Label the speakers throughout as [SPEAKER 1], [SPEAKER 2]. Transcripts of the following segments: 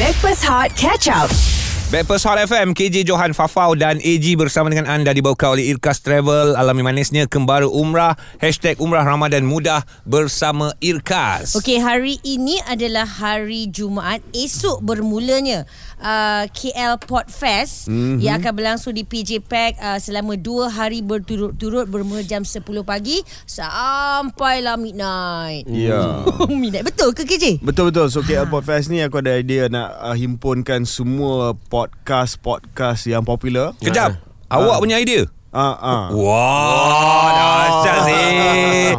[SPEAKER 1] Backpass Hot Catch Up.
[SPEAKER 2] Backpast Hot FM KJ Johan Fafau dan AG bersama dengan anda dibawakan oleh Irkas Travel Alami manisnya Kembara Umrah Hashtag Umrah Ramadan Mudah Bersama Irkas
[SPEAKER 3] Okey, hari ini adalah hari Jumaat. Esok bermulanya uh, KL Port Fest mm-hmm. yang akan berlangsung di PJ Pack uh, selama dua hari berturut-turut bermula jam 10 pagi sampailah midnight.
[SPEAKER 4] Ya.
[SPEAKER 3] midnight. Betul ke KJ?
[SPEAKER 4] Betul betul. So KL Podcast ni aku ada idea nak uh, himpunkan semua podcast-podcast yang popular.
[SPEAKER 2] Kejap Awak punya idea
[SPEAKER 4] Ah ah.
[SPEAKER 2] Wah Dahsyat sih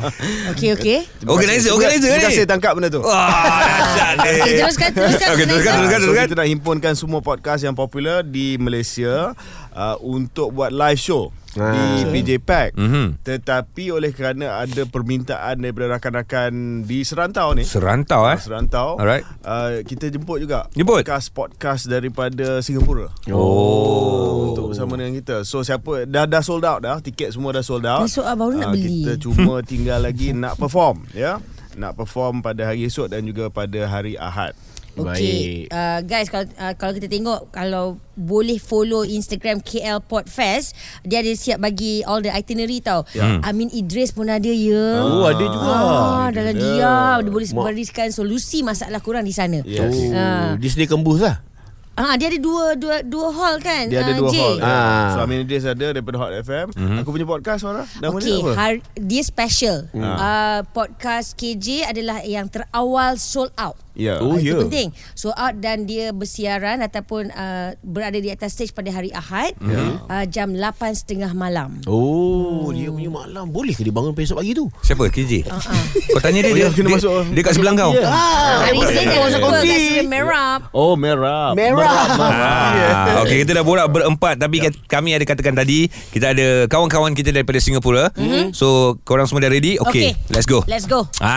[SPEAKER 3] Okey, okey.
[SPEAKER 2] Organizer Organizer
[SPEAKER 4] Terima
[SPEAKER 2] ni Ah,
[SPEAKER 4] kasih tangkap benda tu.
[SPEAKER 2] Wah Dahsyat ni
[SPEAKER 3] Okey, teruskan, teruskan.
[SPEAKER 2] Okey, teruskan,
[SPEAKER 4] Ah,
[SPEAKER 2] teruskan,
[SPEAKER 4] so
[SPEAKER 2] teruskan.
[SPEAKER 4] kita nak himpunkan semua podcast yang popular di Malaysia uh, untuk buat live show di PJ Pack.
[SPEAKER 2] Ah. Mhm.
[SPEAKER 4] Tetapi oleh kerana ada permintaan daripada rakan-rakan di serantau ni.
[SPEAKER 2] Serantau eh
[SPEAKER 4] Serantau.
[SPEAKER 2] Alright.
[SPEAKER 4] Uh, kita jemput juga
[SPEAKER 2] Jemput?
[SPEAKER 4] podcast-podcast daripada Singapura.
[SPEAKER 2] Oh
[SPEAKER 4] untuk bersama dengan kita. So siapa dah dah sold out dah, tiket semua dah sold out.
[SPEAKER 3] Dah sold out, lah baru nak
[SPEAKER 4] Ah,
[SPEAKER 3] beli.
[SPEAKER 4] Kita cuma tinggal lagi nak perform, ya. Nak perform pada hari esok dan juga pada hari Ahad.
[SPEAKER 3] Okey, uh, guys kalau uh, kalau kita tengok kalau boleh follow Instagram KL Podfest, dia ada siap bagi all the itinerary tau.
[SPEAKER 4] Ya.
[SPEAKER 3] Yeah. Amin Idris pun ada ya.
[SPEAKER 5] Oh, ada juga.
[SPEAKER 3] Ah,
[SPEAKER 4] ada
[SPEAKER 3] dalam
[SPEAKER 4] juga.
[SPEAKER 3] dia dia boleh
[SPEAKER 5] Mak.
[SPEAKER 3] berikan solusi masalah kurang di sana.
[SPEAKER 4] Yes.
[SPEAKER 5] Oh,
[SPEAKER 3] Ah.
[SPEAKER 5] Dia sedia kembus lah.
[SPEAKER 3] Ah, dia ada dua dua dua hall kan?
[SPEAKER 4] Dia ada
[SPEAKER 3] ah,
[SPEAKER 4] dua
[SPEAKER 3] J.
[SPEAKER 4] hall.
[SPEAKER 5] Ah.
[SPEAKER 4] So Amin Idris ada daripada Hot FM. Aku punya podcast Farah. Nama
[SPEAKER 3] Okey,
[SPEAKER 4] dia apa?
[SPEAKER 3] har- dia special. Hmm. Uh, podcast KJ adalah yang terawal sold out.
[SPEAKER 4] Ya.
[SPEAKER 5] Oh,
[SPEAKER 3] Ah, Itu
[SPEAKER 5] ya.
[SPEAKER 3] penting. Sold out dan dia bersiaran ataupun uh, berada di atas stage pada hari Ahad uh, jam 8.30 malam.
[SPEAKER 5] Oh, dia punya malam. Boleh ke dia bangun besok pagi tu?
[SPEAKER 2] Siapa KJ
[SPEAKER 3] Ah,
[SPEAKER 2] Kau tanya dia
[SPEAKER 4] Oh,
[SPEAKER 2] Dia,
[SPEAKER 4] ya, kena
[SPEAKER 2] dia,
[SPEAKER 4] masuk. Ya.
[SPEAKER 2] dia kat sebelah kau
[SPEAKER 5] Ah,
[SPEAKER 3] Hari Isnin
[SPEAKER 5] dia
[SPEAKER 3] kan
[SPEAKER 5] masuk
[SPEAKER 3] apa?
[SPEAKER 5] kopi.
[SPEAKER 3] Kat Suria Merah.
[SPEAKER 4] Oh, merah.
[SPEAKER 5] Merah.
[SPEAKER 2] Ah, Ya. okay, kita dah borak berempat Tapi kat- kami ada katakan tadi Kita ada kawan-kawan kita daripada Singapura mm-hmm. So, korang semua dah ready? Okay,
[SPEAKER 3] Okey.
[SPEAKER 2] let's go
[SPEAKER 3] Let's go.
[SPEAKER 2] Ah,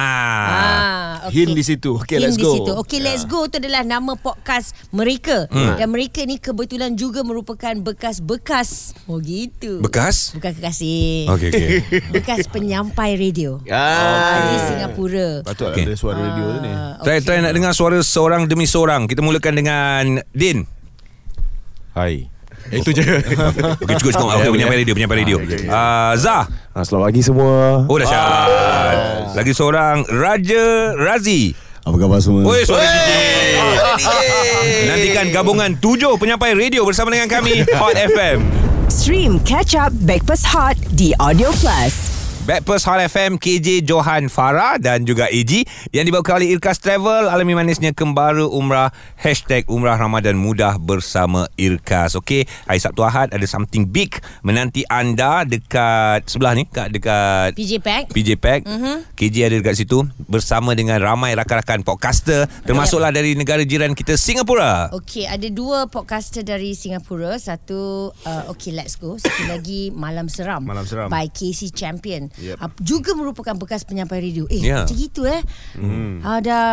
[SPEAKER 3] Ah,
[SPEAKER 4] Hin di situ. Okay,
[SPEAKER 3] Hint
[SPEAKER 4] let's
[SPEAKER 3] di
[SPEAKER 4] go.
[SPEAKER 3] situ. Okay, let's go tu adalah nama podcast mereka. Dan mereka ni kebetulan juga merupakan bekas-bekas. Oh gitu.
[SPEAKER 2] Bekas?
[SPEAKER 3] Bukan kekasih.
[SPEAKER 2] Okay, okay
[SPEAKER 3] Bekas penyampai radio.
[SPEAKER 5] Ah.
[SPEAKER 3] Di Singapura. Ah.
[SPEAKER 4] Patut
[SPEAKER 2] Okay.
[SPEAKER 4] ada suara radio tu ni.
[SPEAKER 2] Try, try nak dengar suara seorang demi seorang Kita mulakan dengan Din
[SPEAKER 6] Hai. Eh, itu je.
[SPEAKER 2] Okay, cukup, cukup Okay, penyampai radio Penyampai radio Ya, Ah, Zah
[SPEAKER 6] ha, selamat pagi semua.
[SPEAKER 2] Oh, dahsyat Lagi seorang Raja Razi
[SPEAKER 6] Apa khabar semua?
[SPEAKER 2] Oi, suara DJ Nantikan gabungan tujuh penyampai radio bersama dengan kami Hot FM
[SPEAKER 1] Stream Catch Up Backpass Hot di Audio Plus.
[SPEAKER 2] Backpast Hot FM KJ Johan Farah dan juga AG yang dibawa oleh Irkas Travel alami manisnya kembara umrah hashtag umrah Ramadan mudah bersama Irkas okey hari Sabtu Ahad ada something big menanti anda dekat sebelah ni kat dekat
[SPEAKER 3] PJ Pack.
[SPEAKER 2] PJ Pack mm-hmm. KJ ada dekat situ bersama dengan ramai rakan-rakan podcaster termasuklah dari negara jiran kita Singapura
[SPEAKER 3] Okey, ada dua podcaster dari Singapura. Satu uh, Okay Let's Go, satu lagi Malam Seram.
[SPEAKER 4] Malam Seram.
[SPEAKER 3] By KC Champion.
[SPEAKER 4] Yep.
[SPEAKER 3] Uh, juga merupakan bekas penyampai radio. Eh, yeah.
[SPEAKER 2] Ya. Hmm.
[SPEAKER 3] macam gitu eh. Mm. Uh, dah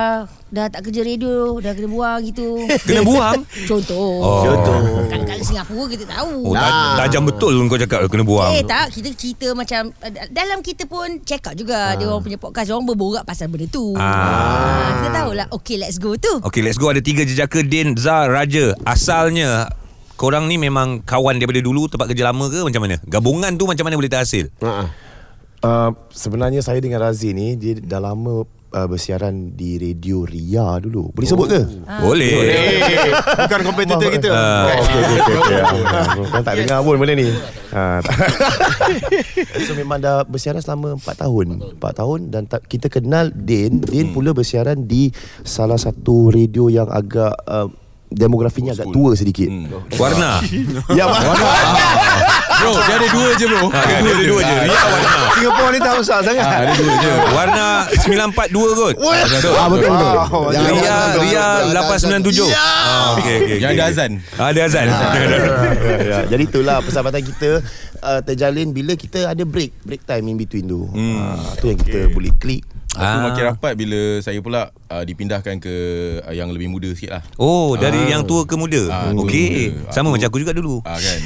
[SPEAKER 3] dah tak kerja radio, dah kena buang gitu.
[SPEAKER 2] Kena buang?
[SPEAKER 3] Contoh.
[SPEAKER 2] Oh. Contoh.
[SPEAKER 3] Kan kalau Singapura kita tahu.
[SPEAKER 2] oh, ta- tajam betul kau cakap kena buang
[SPEAKER 3] Eh tak Kita cerita macam uh, Dalam kita pun Check out juga
[SPEAKER 2] Ah.
[SPEAKER 3] Dia orang punya podcast Dia orang berborak pasal benda tu ah. Kita tahulah Okay let's go tu
[SPEAKER 2] Okay let's go Ada tiga jejaka Din, Zah, Raja Asalnya Korang ni memang kawan daripada dulu Tempat kerja lama ke macam mana? Gabungan tu macam mana boleh terhasil?
[SPEAKER 5] Ah.
[SPEAKER 6] Uh, sebenarnya saya dengan Razi ni dia dah lama uh, bersiaran di radio Ria dulu. Boleh sebut ke?
[SPEAKER 2] Oh. Boleh
[SPEAKER 4] Eh, bukan kompetitor kita.
[SPEAKER 6] Oh, okey okey okey. Okay. Kau tak dengar pun benda ni. Ha. tak- so memang dah bersiaran selama 4 tahun. 4 tahun dan ta- kita kenal Din. Din pula bersiaran di salah satu radio yang agak uh, demografinya agak tua sedikit.
[SPEAKER 2] Warna
[SPEAKER 6] Ya, warna.
[SPEAKER 7] Bro, dia ada dua je bro.
[SPEAKER 2] Ah, Ada dua je Ria warna
[SPEAKER 4] Singapura ni tak usah sangat.
[SPEAKER 7] Ada dua je.
[SPEAKER 2] Warna 942 kot
[SPEAKER 6] Ah betul betul.
[SPEAKER 4] Wow.
[SPEAKER 6] Yang-
[SPEAKER 2] Ria Ria
[SPEAKER 7] Ada azan.
[SPEAKER 2] 897
[SPEAKER 7] Ya.
[SPEAKER 2] Ah, okey, okey,
[SPEAKER 7] Yang
[SPEAKER 2] okey.
[SPEAKER 7] ada azan.
[SPEAKER 2] Ah, Ada azan Jangan ada azan.
[SPEAKER 6] ya, jadi itulah persahabatan kita uh, terjalin bila kita ada break break time in between tu. Hmm. Uh, tu yang kita okay. boleh klik.
[SPEAKER 7] Aku
[SPEAKER 2] Ah.
[SPEAKER 7] makin rapat bila saya pula uh, dipindahkan ke uh, yang lebih muda sikit lah.
[SPEAKER 2] Oh dari yang tua ke muda
[SPEAKER 7] Ah, tua
[SPEAKER 2] Okey
[SPEAKER 7] ke muda.
[SPEAKER 2] Sama
[SPEAKER 7] Aku-
[SPEAKER 2] macam aku juga dulu
[SPEAKER 7] Ah kan.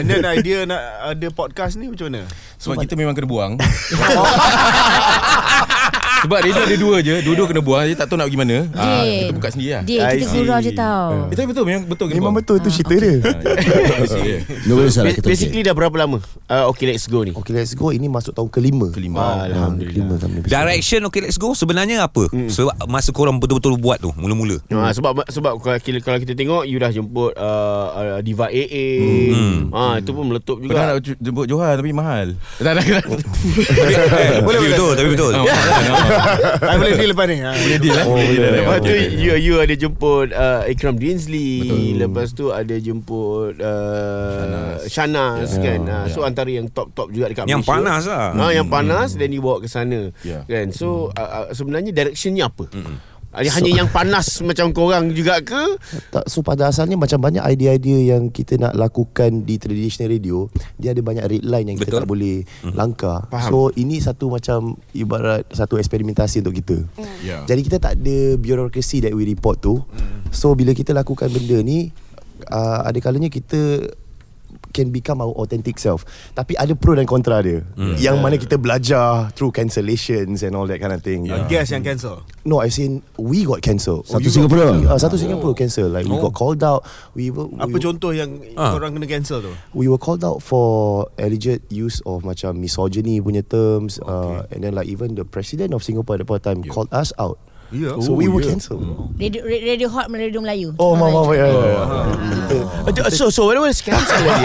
[SPEAKER 4] And then idea nak ada podcast ni macam mana?
[SPEAKER 7] Sebab kita memang kena buang. Sebab radio ada dua je Dua-dua kena buang Dia tak tahu nak pergi mana Ah,
[SPEAKER 3] Din.
[SPEAKER 7] Kita buka sendiri lah
[SPEAKER 3] Dia kita
[SPEAKER 5] I see.
[SPEAKER 3] gurau je tau.
[SPEAKER 7] Eh, tapi betul memang betul kena
[SPEAKER 6] Memang
[SPEAKER 7] buang.
[SPEAKER 6] betul tu cerita dia
[SPEAKER 7] Ah, isi dia.
[SPEAKER 8] No worries lah kita
[SPEAKER 5] Basically dah berapa lama? Uh, okay, let's go ni.
[SPEAKER 6] Okay let's go Ini masuk tahun kelima
[SPEAKER 7] Kelima.
[SPEAKER 6] Ah, Alhamdulillah Kelima
[SPEAKER 2] Direction Okay Let's Go sebenarnya apa? Mm. Sebab masa korang betul-betul buat tu mula-mula.
[SPEAKER 5] Ha, sebab sebab kalau kita- kalau kita tengok you dah jemput uh, uh, Diva AA. Hmm. Ha, itu pun meletup
[SPEAKER 7] Pernah
[SPEAKER 5] juga.
[SPEAKER 7] nak ju- jemput Johan Tapi mahal Oh, Tak tak tak
[SPEAKER 2] eh, boleh Ya, betul, tapi betul.
[SPEAKER 5] I
[SPEAKER 7] Ah,
[SPEAKER 5] boleh deal lepas ni.
[SPEAKER 4] Ah,
[SPEAKER 5] Ha.
[SPEAKER 7] Boleh deal lah Boleh deal lah
[SPEAKER 5] Lepas tu you, you ada jemput uh, Ikram Dinsley Betul. Lepas tu ada jemput uh, Shanas yeah. kan yeah. So antara yang top-top juga dekat
[SPEAKER 2] Yang
[SPEAKER 5] Malaysia
[SPEAKER 2] panas lah.
[SPEAKER 5] ha, Yang panas Then you bawa ke sana
[SPEAKER 7] Ya.
[SPEAKER 5] kan? So uh, uh, sebenarnya directionnya apa? Ada hanya yang panas macam korang juga ke?
[SPEAKER 6] Tak, so pada asalnya macam banyak idea-idea yang kita nak lakukan di traditional radio Dia ada banyak red line yang kita
[SPEAKER 2] Betul.
[SPEAKER 6] tak boleh langkah
[SPEAKER 5] Faham.
[SPEAKER 6] So ini satu macam ibarat satu eksperimentasi untuk kita
[SPEAKER 7] Ya.
[SPEAKER 6] Jadi kita tak ada bureaucracy that we report tu So bila kita lakukan benda ni uh, Ada kalanya kita can become our authentic self Tapi ada pro dan kontra dia Yang mana kita belajar through cancellations and all that kind of thing
[SPEAKER 5] Guest yang cancel
[SPEAKER 6] No, I seen we got cancelled.
[SPEAKER 8] Satu
[SPEAKER 6] you got-
[SPEAKER 8] Singapura?
[SPEAKER 6] Ah, satu Singapura cancel. Like we got called out. We were we, were,
[SPEAKER 5] contoh yang
[SPEAKER 2] Ah.
[SPEAKER 5] korang kena cancel tu?
[SPEAKER 6] we were called out for alleged use of macam misogyny punya terms. Uh, and then like even the president of Singapore at that point of time called us out.
[SPEAKER 5] Yeah.
[SPEAKER 6] So we were cancelled.
[SPEAKER 3] Radio, radio hot radio Melayu.
[SPEAKER 6] Oh, mama, mama, yeah, yeah, yeah.
[SPEAKER 5] Uh, So so when was cancel lagi?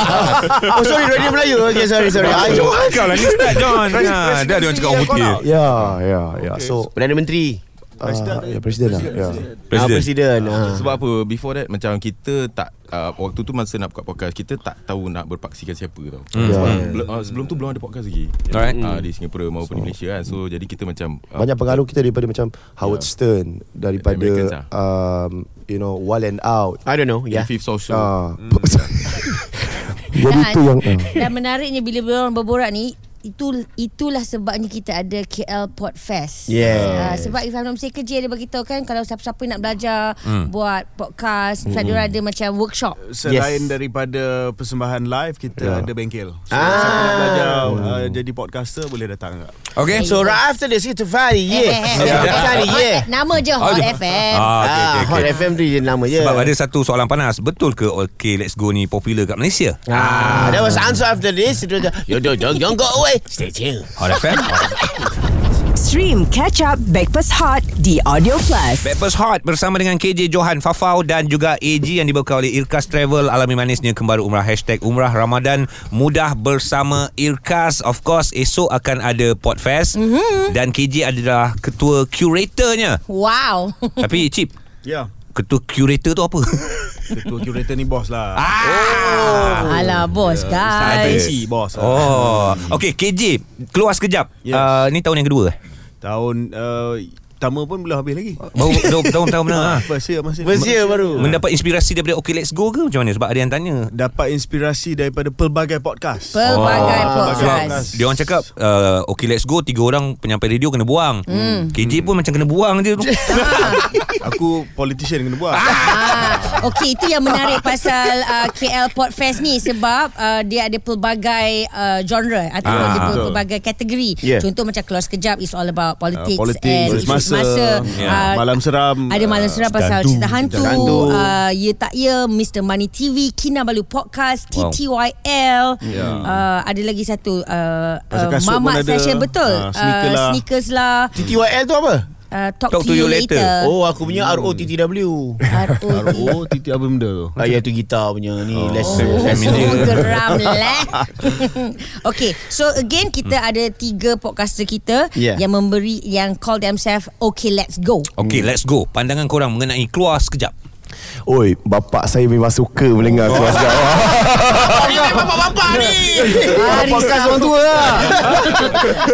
[SPEAKER 5] oh sorry Radio Melayu Okay sorry sorry Ah, Johor.
[SPEAKER 2] Kau lah ni start John
[SPEAKER 5] Pres-
[SPEAKER 2] ha, Dah
[SPEAKER 5] Presiden
[SPEAKER 2] dia orang cakap
[SPEAKER 5] yang
[SPEAKER 2] hotel
[SPEAKER 5] call out.
[SPEAKER 6] Yeah, yeah, yeah. So,
[SPEAKER 5] Perdana Menteri
[SPEAKER 6] uh, yeah, president lah. Yeah.
[SPEAKER 5] Presiden,
[SPEAKER 2] Presiden.
[SPEAKER 5] Presiden. Ah.
[SPEAKER 7] Sebab apa Before that Macam kita tak uh, Waktu tu masa nak buka podcast Kita tak tahu nak berpaksikan siapa tau mm. Sebab bel- uh, Sebelum tu belum ada podcast lagi
[SPEAKER 2] Alright.
[SPEAKER 7] uh, Di Singapura maupun di Malaysia kan So jadi kita macam uh,
[SPEAKER 6] Banyak pengaruh kita daripada macam Howard Stern
[SPEAKER 7] Americans
[SPEAKER 6] daripada
[SPEAKER 7] lah.
[SPEAKER 6] um, you know Wild and Out.
[SPEAKER 5] I don't know
[SPEAKER 7] yeah.
[SPEAKER 5] yeah.
[SPEAKER 7] Fifth Social
[SPEAKER 6] Ah,
[SPEAKER 7] uh.
[SPEAKER 6] jadi
[SPEAKER 3] Dan-
[SPEAKER 6] tu yang ah.
[SPEAKER 3] Dan menariknya bila orang berborak ni itu itulah sebabnya kita ada KL Pod Fest.
[SPEAKER 5] Yes.
[SPEAKER 3] Ah, sebab if I'm not mistaken dia ada beritahu kan kalau siapa-siapa nak belajar hmm. buat podcast, mm.
[SPEAKER 7] Hmm.
[SPEAKER 3] dia orang ada macam workshop.
[SPEAKER 4] Selain
[SPEAKER 5] Yes.
[SPEAKER 4] yes. daripada persembahan live Kita yeah. ada bengkel So
[SPEAKER 5] Ah.
[SPEAKER 4] ah. siapa nak belajar uh, Jadi podcaster Boleh datang tak
[SPEAKER 2] Okay
[SPEAKER 5] So right after this It's a Friday
[SPEAKER 3] Eh,
[SPEAKER 5] yeah.
[SPEAKER 3] eh, eh,
[SPEAKER 5] It's a
[SPEAKER 3] Hot-
[SPEAKER 5] Friday
[SPEAKER 3] Hot-
[SPEAKER 5] yeah.
[SPEAKER 3] Nama je Hot FM.
[SPEAKER 2] ah, okay,
[SPEAKER 5] Ah,
[SPEAKER 2] okay,
[SPEAKER 5] Hot
[SPEAKER 2] okay.
[SPEAKER 5] FM tu je nama je
[SPEAKER 2] Sebab ada satu soalan panas Betul ke Okay Let's Go ni popular kat Malaysia?
[SPEAKER 5] Ah, that was answer after this. It was, you don't, don't, don't go away. Stay tuned.
[SPEAKER 2] Hot FM
[SPEAKER 9] Stream Catch Up Backpass Hot di Audio Plus.
[SPEAKER 2] Backpast Hot bersama dengan KJ Johan Fafau dan juga AG yang dibawa oleh Irkas Travel alami manisnya kembali umrah hashtag umrah Ramadan mudah bersama Irkas of course esok akan ada Podfest mm-hmm. dan KJ adalah ketua curatornya
[SPEAKER 3] Wow.
[SPEAKER 2] tapi Cip
[SPEAKER 4] Ya yeah.
[SPEAKER 2] ketua curator tu apa
[SPEAKER 4] Ketua curator ni bos lah
[SPEAKER 2] ah
[SPEAKER 3] Alah bos guys.
[SPEAKER 4] Fancy bos lah.
[SPEAKER 2] oh okey KJ keluar sekejap yes.
[SPEAKER 4] Yes.
[SPEAKER 2] uh, ni tahun yang kedua eh?
[SPEAKER 4] Tahun uh, Pertama pun belum habis lagi Ah,
[SPEAKER 2] baru tahun tahun benar ha.
[SPEAKER 4] First year masih
[SPEAKER 5] First year baru.
[SPEAKER 2] mendapat inspirasi daripada Okay Let's Go ke macam mana sebab ada yang tanya
[SPEAKER 4] Dapat inspirasi daripada pelbagai
[SPEAKER 2] Ah,
[SPEAKER 4] podcast
[SPEAKER 2] Kan,
[SPEAKER 3] Pelbagai
[SPEAKER 4] Oh.
[SPEAKER 3] podcast.
[SPEAKER 4] Pelbagai.
[SPEAKER 2] Dia orang cakap uh, Okay let's go Tiga orang penyampai radio kena buang hmm. KJ pun macam kena buang je
[SPEAKER 4] Aku politician kena buat
[SPEAKER 3] Ah, Okey itu yang menarik pasal uh, KL Podfest ni sebab uh, dia ada pelbagai uh, genre atau
[SPEAKER 2] Ah,
[SPEAKER 3] ah,
[SPEAKER 4] betul.
[SPEAKER 3] pelbagai kategori.
[SPEAKER 5] Yeah.
[SPEAKER 3] Contoh macam keluar sekejap is all about politics,
[SPEAKER 4] Uh, politik,
[SPEAKER 3] and
[SPEAKER 4] polis
[SPEAKER 3] isu
[SPEAKER 4] masa,
[SPEAKER 2] Ya.
[SPEAKER 3] Ah,
[SPEAKER 4] Malam seram
[SPEAKER 3] ada malam seram
[SPEAKER 4] ah,
[SPEAKER 3] pasal
[SPEAKER 4] Dandu,
[SPEAKER 3] cerita hantu,
[SPEAKER 4] cerita hantu.
[SPEAKER 3] uh, Ya Tak Ya, Mr. Money TV, Kinabalu Podcast,
[SPEAKER 2] Wow.
[SPEAKER 3] TTYL.
[SPEAKER 4] Ya.
[SPEAKER 3] Uh, ada lagi satu uh,
[SPEAKER 4] Pasal
[SPEAKER 3] uh,
[SPEAKER 4] kasut pun
[SPEAKER 3] Mamat
[SPEAKER 4] ada.
[SPEAKER 3] Session betul.
[SPEAKER 4] Ah, sneaker lah.
[SPEAKER 3] sneakers lah.
[SPEAKER 5] TTYL tu apa?
[SPEAKER 3] Uh, talk, to, you later.
[SPEAKER 5] Oh, aku punya ROTTW.
[SPEAKER 3] ROT.
[SPEAKER 4] Oh titik apa benda tu
[SPEAKER 5] Ah, ya tu gitar punya ni oh. lesson.
[SPEAKER 2] Oh.
[SPEAKER 5] lesson.
[SPEAKER 2] Familiar.
[SPEAKER 3] Oh, geram lah. okay, so again kita ada tiga podcaster kita
[SPEAKER 5] Yeah.
[SPEAKER 3] yang memberi yang call themselves okay let's go.
[SPEAKER 2] Okay let's go Pandangan korang mengenai Keluar sekejap
[SPEAKER 6] Oi, bapak saya memang suka mendengar keluar sekarang.
[SPEAKER 5] Ni memang bapak-bapak ni.
[SPEAKER 3] Ah,
[SPEAKER 5] Podcast
[SPEAKER 3] risau.
[SPEAKER 5] orang tua lah.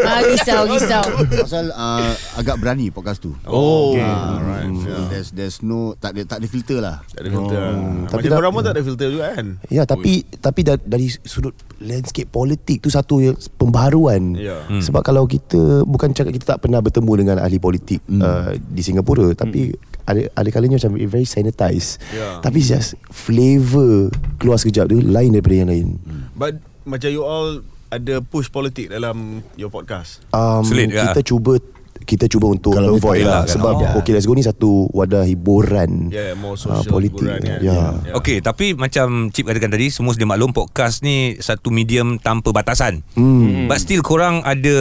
[SPEAKER 3] Ah, risau, risau.
[SPEAKER 10] Pasal uh, agak berani podcast tu.
[SPEAKER 5] Oh.
[SPEAKER 10] Ah, right. There's there's no tak ada tak ada filter lah.
[SPEAKER 4] Tak ada filter
[SPEAKER 6] Tapi
[SPEAKER 4] Macam
[SPEAKER 6] dah-
[SPEAKER 4] korang pun tak ada filter juga kan
[SPEAKER 6] Ya, tapi Ui. tapi da- dari sudut landscape politik tu satu yang pembaharuan.
[SPEAKER 4] Ya.
[SPEAKER 6] Hmm. Sebab kalau kita bukan cakap kita tak pernah bertemu dengan ahli politik hmm. uh, di Singapura, tapi ada ada kalanya macam very sanitized.
[SPEAKER 4] Ya.
[SPEAKER 6] Tapi just flavor keluar sekejap tu lain daripada yang lain.
[SPEAKER 4] But macam you all Ada push politik dalam your podcast
[SPEAKER 6] Um,
[SPEAKER 2] Selit, ya.
[SPEAKER 6] kita cuba kita cuba untuk
[SPEAKER 10] Kalau
[SPEAKER 6] avoid
[SPEAKER 10] betul
[SPEAKER 6] lah
[SPEAKER 10] lah kan.
[SPEAKER 6] sebab
[SPEAKER 2] Oh.
[SPEAKER 6] okay let's go ni satu wadah hiburan
[SPEAKER 4] Yeah, more
[SPEAKER 6] ah,
[SPEAKER 4] social
[SPEAKER 6] politik
[SPEAKER 4] hiburan, yeah.
[SPEAKER 6] ya yeah.
[SPEAKER 2] Yeah. Okey, tapi macam Cip katakan tadi, semua sedia maklum podcast ni satu medium tanpa batasan. Hmm. But still korang ada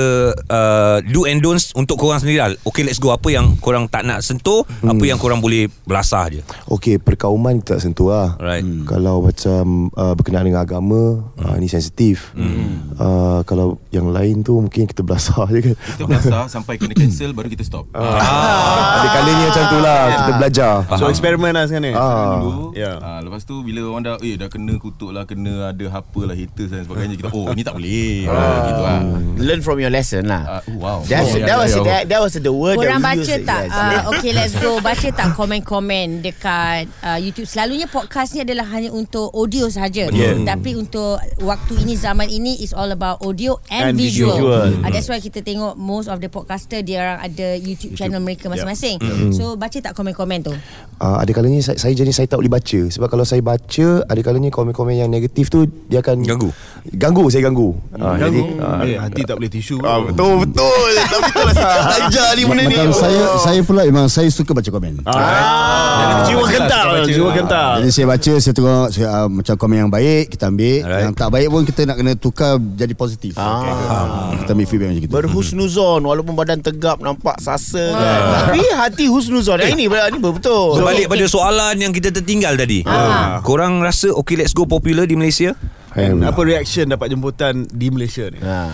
[SPEAKER 2] uh, do and don'ts untuk korang sendiri lah. Okay, let's go. Apa yang korang tak nak sentuh, hmm. apa yang korang boleh belasah je.
[SPEAKER 6] Okey, perkauman kita tak sentuh lah.
[SPEAKER 2] Right.
[SPEAKER 6] Hmm. Kalau macam uh, berkenaan dengan agama, hmm. uh, ni sensitif. Hmm. Uh, kalau yang lain tu mungkin kita belasah je kan.
[SPEAKER 7] Kita belasah sampai kena cancel baru kita stop.
[SPEAKER 6] Ah. Ada kalanya macam tu lah, kita belajar.
[SPEAKER 4] So experiment lah sekarang ni.
[SPEAKER 6] Ah.
[SPEAKER 7] dulu
[SPEAKER 4] Ya.
[SPEAKER 7] yeah. uh, lepas tu bila orang dah eh dah kena kutuk lah kena ada apa lah haters dan sebagainya kita oh ni tak boleh ah. gitu lah
[SPEAKER 5] Learn from your lesson lah.
[SPEAKER 7] uh, wow
[SPEAKER 5] That's,
[SPEAKER 7] Oh,
[SPEAKER 5] that
[SPEAKER 7] ya,
[SPEAKER 5] was
[SPEAKER 7] ya, ya.
[SPEAKER 5] that, that was the word
[SPEAKER 3] Korang
[SPEAKER 5] that we
[SPEAKER 3] baca
[SPEAKER 5] used.
[SPEAKER 3] tak
[SPEAKER 5] Yes.
[SPEAKER 3] uh, Okay let's go Baca tak komen-komen Dekat uh, YouTube Selalunya podcast ni adalah Hanya untuk audio sahaja yeah. Tapi untuk Waktu ini zaman ini Is all about audio And, and
[SPEAKER 4] And
[SPEAKER 3] visual,
[SPEAKER 4] visual.
[SPEAKER 3] Uh, That's why kita tengok Most of the podcaster Dia orang ada YouTube, YouTube. channel mereka masing-masing yeah. So baca tak komen-komen tu
[SPEAKER 6] Uh, ada kalanya saya, saya jenis saya tak boleh baca sebab kalau saya baca ada kalanya komen-komen yang negatif tu dia akan
[SPEAKER 2] Ganggu.
[SPEAKER 6] Ganggu saya ganggu. Ah,
[SPEAKER 4] Ganggu.
[SPEAKER 6] ah,
[SPEAKER 4] Eh, hati tak boleh tisu.
[SPEAKER 6] ah,
[SPEAKER 4] pun.
[SPEAKER 6] betul betul. Tapi tu lah saya belajar ni benda ni.
[SPEAKER 10] Macam saya
[SPEAKER 6] Oh.
[SPEAKER 10] saya pula memang saya suka baca komen.
[SPEAKER 4] Ah, jiwa kental, jiwa kental.
[SPEAKER 10] Jadi saya baca saya tengok saya, uh, macam komen yang baik kita ambil,
[SPEAKER 2] Alright.
[SPEAKER 10] right. yang tak baik pun kita nak kena tukar jadi positif. Ah. Kita ambil feedback macam gitu.
[SPEAKER 5] Berhusnuzon walaupun badan tegap nampak sasa kan. Tapi hati husnuzon. Eh, ini ini betul.
[SPEAKER 2] Berbalik pada soalan yang kita tertinggal tadi. Ah. Korang rasa okay, let's go popular di Malaysia?
[SPEAKER 6] Eh,
[SPEAKER 4] And apa reaction dapat jemputan di Malaysia ni?
[SPEAKER 5] Ah.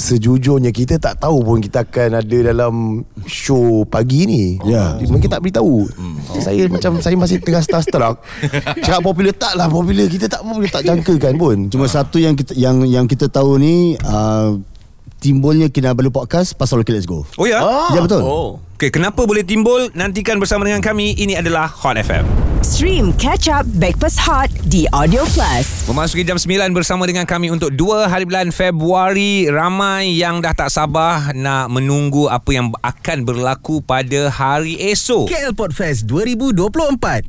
[SPEAKER 6] sejujurnya kita tak tahu pun kita akan ada dalam show pagi ni.
[SPEAKER 10] Ya.
[SPEAKER 6] Mungkin tak beritahu. Jadi Saya macam saya masih tengah starstruck. Cakap popular tak lah popular. Kita tak popular tak jangkakan pun. Ah.
[SPEAKER 10] Cuma satu yang kita yang yang kita tahu ni uh, timbulnya Kinabalu podcast pasal Okay Let's Go.
[SPEAKER 2] Oh ya? Ah.
[SPEAKER 10] Ya betul.
[SPEAKER 2] Okay, kenapa boleh timbul? Nantikan bersama dengan kami. Ini adalah Hot FM.
[SPEAKER 9] Stream Catch Up Backpass Hot di Audio Plus.
[SPEAKER 2] Memasuki jam 9 bersama dengan kami untuk 2 hari bulan Februari. Ramai yang dah tak sabar nak menunggu apa yang akan berlaku pada hari esok.
[SPEAKER 11] KL Podfest 2024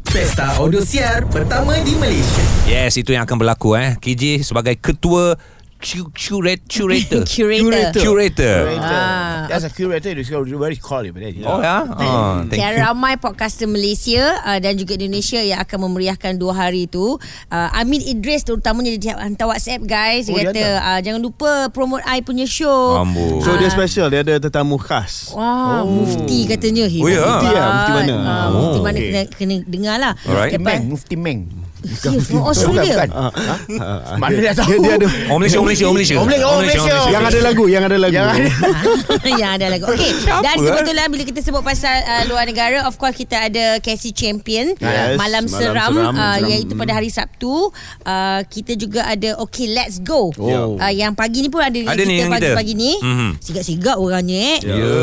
[SPEAKER 11] Pesta Audio Siar pertama di Malaysia
[SPEAKER 2] Yes, itu yang akan berlaku eh. KJ sebagai ketua cu- curate, curator.
[SPEAKER 3] Curator.
[SPEAKER 2] Curator.
[SPEAKER 3] Ah.
[SPEAKER 5] That's a curator. It's very call it. but
[SPEAKER 2] Oh ya. Oh, thank
[SPEAKER 3] Dan
[SPEAKER 2] you.
[SPEAKER 3] ramai podcaster Malaysia uh, dan juga Indonesia yang akan memeriahkan dua hari itu. Uh, Amin Idris terutamanya dia hantar WhatsApp guys. Dia oh,
[SPEAKER 5] Oh, dia
[SPEAKER 3] kata uh, jangan lupa promote I punya show.
[SPEAKER 2] Amboi.
[SPEAKER 4] So dia special, dia ada tetamu khas.
[SPEAKER 3] Wah, oh. mufti katanya. Hebat.
[SPEAKER 2] Oh, ya?
[SPEAKER 4] Mufti lah, mufti mana?
[SPEAKER 3] Ah,
[SPEAKER 4] Oh.
[SPEAKER 3] mufti mana
[SPEAKER 4] Okay.
[SPEAKER 3] kena, kena dengar lah. Oh,
[SPEAKER 2] Alright.
[SPEAKER 3] Lepas,
[SPEAKER 5] Meng, Mufti Meng.
[SPEAKER 3] serius, from Australia.
[SPEAKER 5] Bukan, bukan. Mana dia tahu?
[SPEAKER 4] Dia ada
[SPEAKER 2] Oh Malaysia, oh Malaysia, oh Malaysia.
[SPEAKER 5] Oh, Malaysia, oh, Malaysia.
[SPEAKER 4] yang ada lagu, yang ada lagu.
[SPEAKER 3] ya ada lagu. Okey.
[SPEAKER 2] Siapa,
[SPEAKER 3] Dan
[SPEAKER 2] eh?
[SPEAKER 3] kebetulan bila kita sebut pasal uh, luar negara, of course kita ada Casey Champion uh, Malam
[SPEAKER 4] Yes, Malam
[SPEAKER 3] Seram,
[SPEAKER 4] Seram,
[SPEAKER 3] uh,
[SPEAKER 4] Seram.
[SPEAKER 3] iaitu pada hari Sabtu. Uh, kita juga ada Okay Let's Go. Oh. Uh, yang pagi ni pun ada,
[SPEAKER 2] Ada
[SPEAKER 3] kita
[SPEAKER 2] ni yang
[SPEAKER 3] pagi
[SPEAKER 2] kita.
[SPEAKER 3] pagi ni.
[SPEAKER 2] Mhm.
[SPEAKER 3] Sigap-sigap orangnya eh.
[SPEAKER 4] Ya.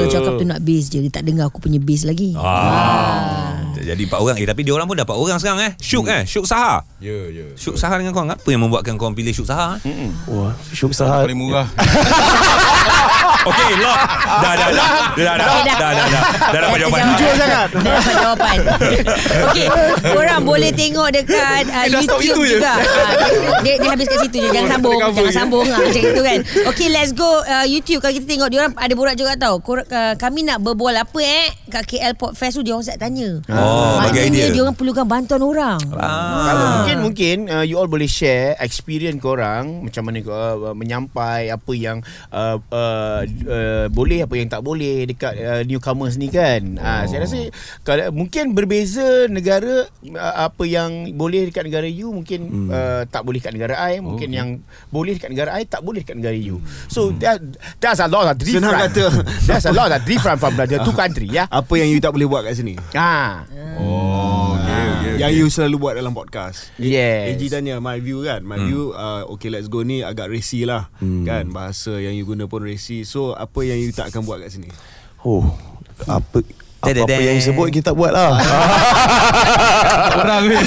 [SPEAKER 3] Kalau cakap tu nak bass je, dia tak dengar aku punya bass lagi.
[SPEAKER 2] Ah. Jadi empat orang Eh tapi dia orang pun dapat orang sekarang eh Syuk eh Syuk Saha
[SPEAKER 7] Ya ya.
[SPEAKER 2] Syuk Saha dengan korang Apa yang membuatkan korang pilih Syuk Saha eh?
[SPEAKER 6] Wah, syuk sahat.
[SPEAKER 7] oh, Paling murah.
[SPEAKER 2] Okey lock Dah dah dah Dah dah dah Dah dah dah Dah dapat jawapan
[SPEAKER 3] Jujur sangat Dah dapat jawapan Okey Korang boleh tengok dekat uh,
[SPEAKER 7] Eh, dah stop
[SPEAKER 3] YouTube
[SPEAKER 7] itu je.
[SPEAKER 3] juga Ah, dia, dia habis kat situ je Jangan sambung Jangan sambung ah, Macam itu kan Okey let's go uh, YouTube Kalau kita tengok Diorang ada borak juga tau Kor- uh, Kami nak berbual apa eh Kat KL Pop Fest tu Diorang tak tanya
[SPEAKER 2] Oh, bagi idea. Ah.
[SPEAKER 3] Diorang perlukan bantuan orang
[SPEAKER 5] Kalau mungkin mungkin uh, you all boleh share experience korang macam mana uh, menyampai apa yang uh, uh, uh, boleh apa yang tak boleh dekat uh, newcomers ni kan. Oh. Uh, saya rasa kalau mungkin berbeza negara uh, apa yang boleh dekat negara you mungkin hmm. uh, tak boleh dekat negara I, mungkin okay. yang boleh dekat negara I tak boleh dekat negara you. So hmm. that that's a lot of different.
[SPEAKER 4] Senang kata.
[SPEAKER 5] That's a lot of different from the two country ya. Yeah?
[SPEAKER 4] Apa yang you tak boleh buat kat sini?
[SPEAKER 5] Ah.
[SPEAKER 7] oh okey okey.
[SPEAKER 4] Ah. Yang you selalu buat dalam podcast
[SPEAKER 5] Yes.
[SPEAKER 4] AG tanya My view kan My view uh, Okay let's go ni Agak racy lah Kan Bahasa yang you guna pun racy So apa yang you tak akan buat kat sini
[SPEAKER 6] Oh, apa apa-apa
[SPEAKER 2] Dadadang.
[SPEAKER 6] yang you sebut kita buat lah.
[SPEAKER 7] Orang eh.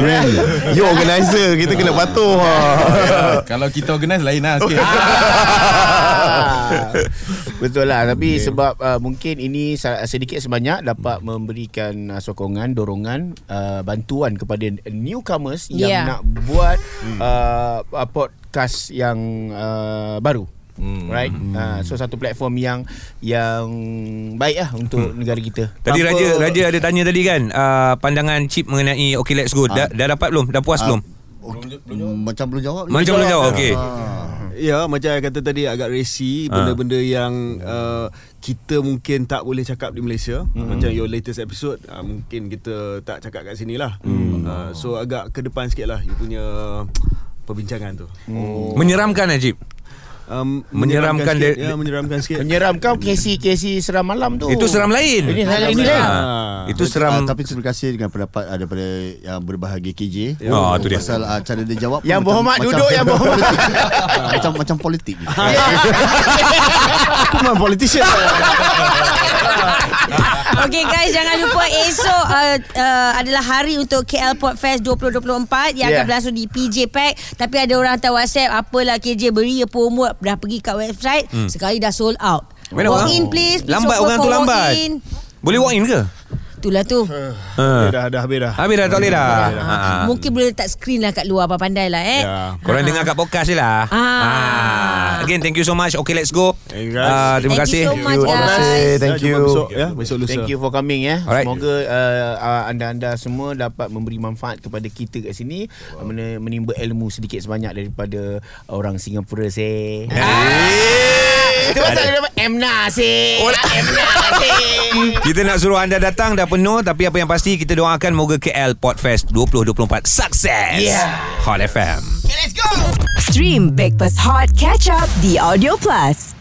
[SPEAKER 7] ni.
[SPEAKER 6] you organizer, kita kena patuh.
[SPEAKER 7] Kalau kita organize lain lah sikit.
[SPEAKER 5] Ah. Betul lah Tapi sebab uh, Mungkin ini sa- Sedikit sebanyak Dapat memberikan uh, Sokongan Dorongan uh, Bantuan kepada
[SPEAKER 4] Ya.
[SPEAKER 5] Newcomers Yang
[SPEAKER 3] Yeah.
[SPEAKER 2] Hmm.
[SPEAKER 5] nak buat uh, uh, Podcast yang uh, Baru Hmm. Right? Uh, so satu platform yang yang baik lah untuk hmm. negara kita.
[SPEAKER 2] Tadi Raja Raja ada tanya tadi kan uh, pandangan Chip mengenai Okay Let's Go. Dah, dah dapat belum? Dah puas belum?
[SPEAKER 10] Macam belum jawab ni. Ah,
[SPEAKER 2] Macam belum jawab. Okey.
[SPEAKER 4] Ya macam saya kata tadi agak resi
[SPEAKER 2] Ah.
[SPEAKER 4] Benda-benda yang uh, Kita mungkin tak boleh cakap di Malaysia mm.
[SPEAKER 2] Hmm.
[SPEAKER 4] Macam your latest episode uh, Mungkin kita tak cakap kat sini lah mm.
[SPEAKER 2] Hmm.
[SPEAKER 4] uh, So agak ke depan sikit lah You punya Perbincangan tu
[SPEAKER 2] Oh. Menyeramkan Najib.
[SPEAKER 4] Um,
[SPEAKER 2] Menyeramkan
[SPEAKER 4] sikit.
[SPEAKER 2] dia-
[SPEAKER 4] Ya menyeramkan sikit
[SPEAKER 5] Menyeram kau kesi-kesi seram malam tu.
[SPEAKER 2] Itu seram lain.
[SPEAKER 5] Ini hal
[SPEAKER 2] Ah,
[SPEAKER 5] ini lain.
[SPEAKER 4] lah.
[SPEAKER 2] Itu
[SPEAKER 10] Ah,
[SPEAKER 2] seram
[SPEAKER 10] tapi terima kasih dengan pendapat ah, daripada yang berbahagia KJ.
[SPEAKER 2] Ya. Ah, tu dia.
[SPEAKER 10] Pasal ah, cara dia jawab pun
[SPEAKER 5] Yang
[SPEAKER 10] macam-
[SPEAKER 5] berhormat
[SPEAKER 10] macam-
[SPEAKER 5] duduk, yang berhormat.
[SPEAKER 10] macam macam politik.
[SPEAKER 2] Ha.
[SPEAKER 4] Aku memang politician
[SPEAKER 3] Okay guys Jangan lupa Esok uh, uh, Adalah hari untuk KL Port Fest 2024 Yang yeah. akan
[SPEAKER 5] Yeah.
[SPEAKER 3] berlangsung di PJ Pack Tapi ada orang hantar whatsapp Apalah KJ Beria promote Dah pergi kat website hmm. Sekali dah sold out
[SPEAKER 2] Mana
[SPEAKER 3] Walk
[SPEAKER 2] orang?
[SPEAKER 3] in please, please
[SPEAKER 2] oh. Lambat
[SPEAKER 3] offer
[SPEAKER 2] orang
[SPEAKER 3] for
[SPEAKER 2] tu
[SPEAKER 3] walk
[SPEAKER 2] lambat.
[SPEAKER 3] in.
[SPEAKER 2] Boleh walk in ke?
[SPEAKER 3] Itulah tu
[SPEAKER 2] Ha.
[SPEAKER 4] Dah dah habis dah
[SPEAKER 2] Habis dah tak boleh dah. Ha.
[SPEAKER 3] Mungkin boleh letak screen lah kat luar Pandai lah eh
[SPEAKER 2] Ah,
[SPEAKER 4] Ya.
[SPEAKER 2] Korang dengar kat podcast je lah.
[SPEAKER 3] Ah.
[SPEAKER 2] Ah. Again, thank you so much. Okay, let's go.
[SPEAKER 4] Thank you, guys.
[SPEAKER 2] Ah, terima
[SPEAKER 3] Thank you
[SPEAKER 2] kasih.
[SPEAKER 3] so much
[SPEAKER 6] Terima kasih.
[SPEAKER 3] guys
[SPEAKER 6] Thank
[SPEAKER 4] Ya,
[SPEAKER 6] you.
[SPEAKER 4] jumpa Besok ya besok lusa
[SPEAKER 5] Thank you for coming ya.
[SPEAKER 2] Alright.
[SPEAKER 5] Alright. Semoga uh, uh, anda-anda semua dapat memberi manfaat kepada kita kat sini, wow. menimba ilmu sedikit sebanyak daripada orang Singapura seh.
[SPEAKER 2] Eh,
[SPEAKER 5] Itu pasal dia dapat Emna seh. Emna seh.
[SPEAKER 2] Kita nak suruh anda datang dah penuh tapi apa yang pasti kita doakan moga KL Podfest 2024 sukses.
[SPEAKER 5] Yeah.
[SPEAKER 2] Hot FM.
[SPEAKER 9] Stream Breakfast Hot Catch Up The Audio Plus.